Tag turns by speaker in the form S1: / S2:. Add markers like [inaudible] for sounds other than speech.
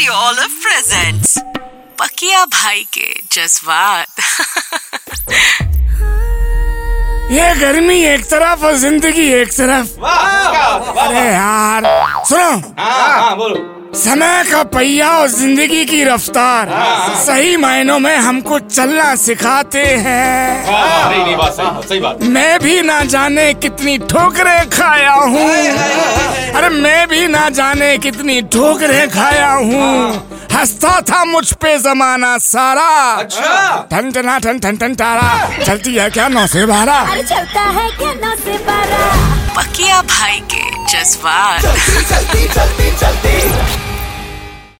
S1: you all a present. पकिया भाई के [laughs] जज्बात
S2: ये गर्मी एक तरफ और जिंदगी एक तरफ अरे यार सुनो
S3: हाँ बोलो
S2: समय का पहिया और जिंदगी की रफ्तार सही मायनों में हमको चलना सिखाते हैं
S3: हाँ, नहीं नहीं बात सही बात सही बात
S2: मैं भी ना जाने कितनी ठोकरें खाया हूँ अरे मैं भी ना जाने कितनी ठोकरें खाया हूँ हंसता था मुझ पे जमाना सारा
S3: अच्छा
S2: ठन ठना ठन ठन ठन तारा चलती है क्या नौ से बारह
S4: अरे चलता है क्या नौ से बारह
S1: पकिया भाई के जज्बात
S5: चलती चलती चलती चलती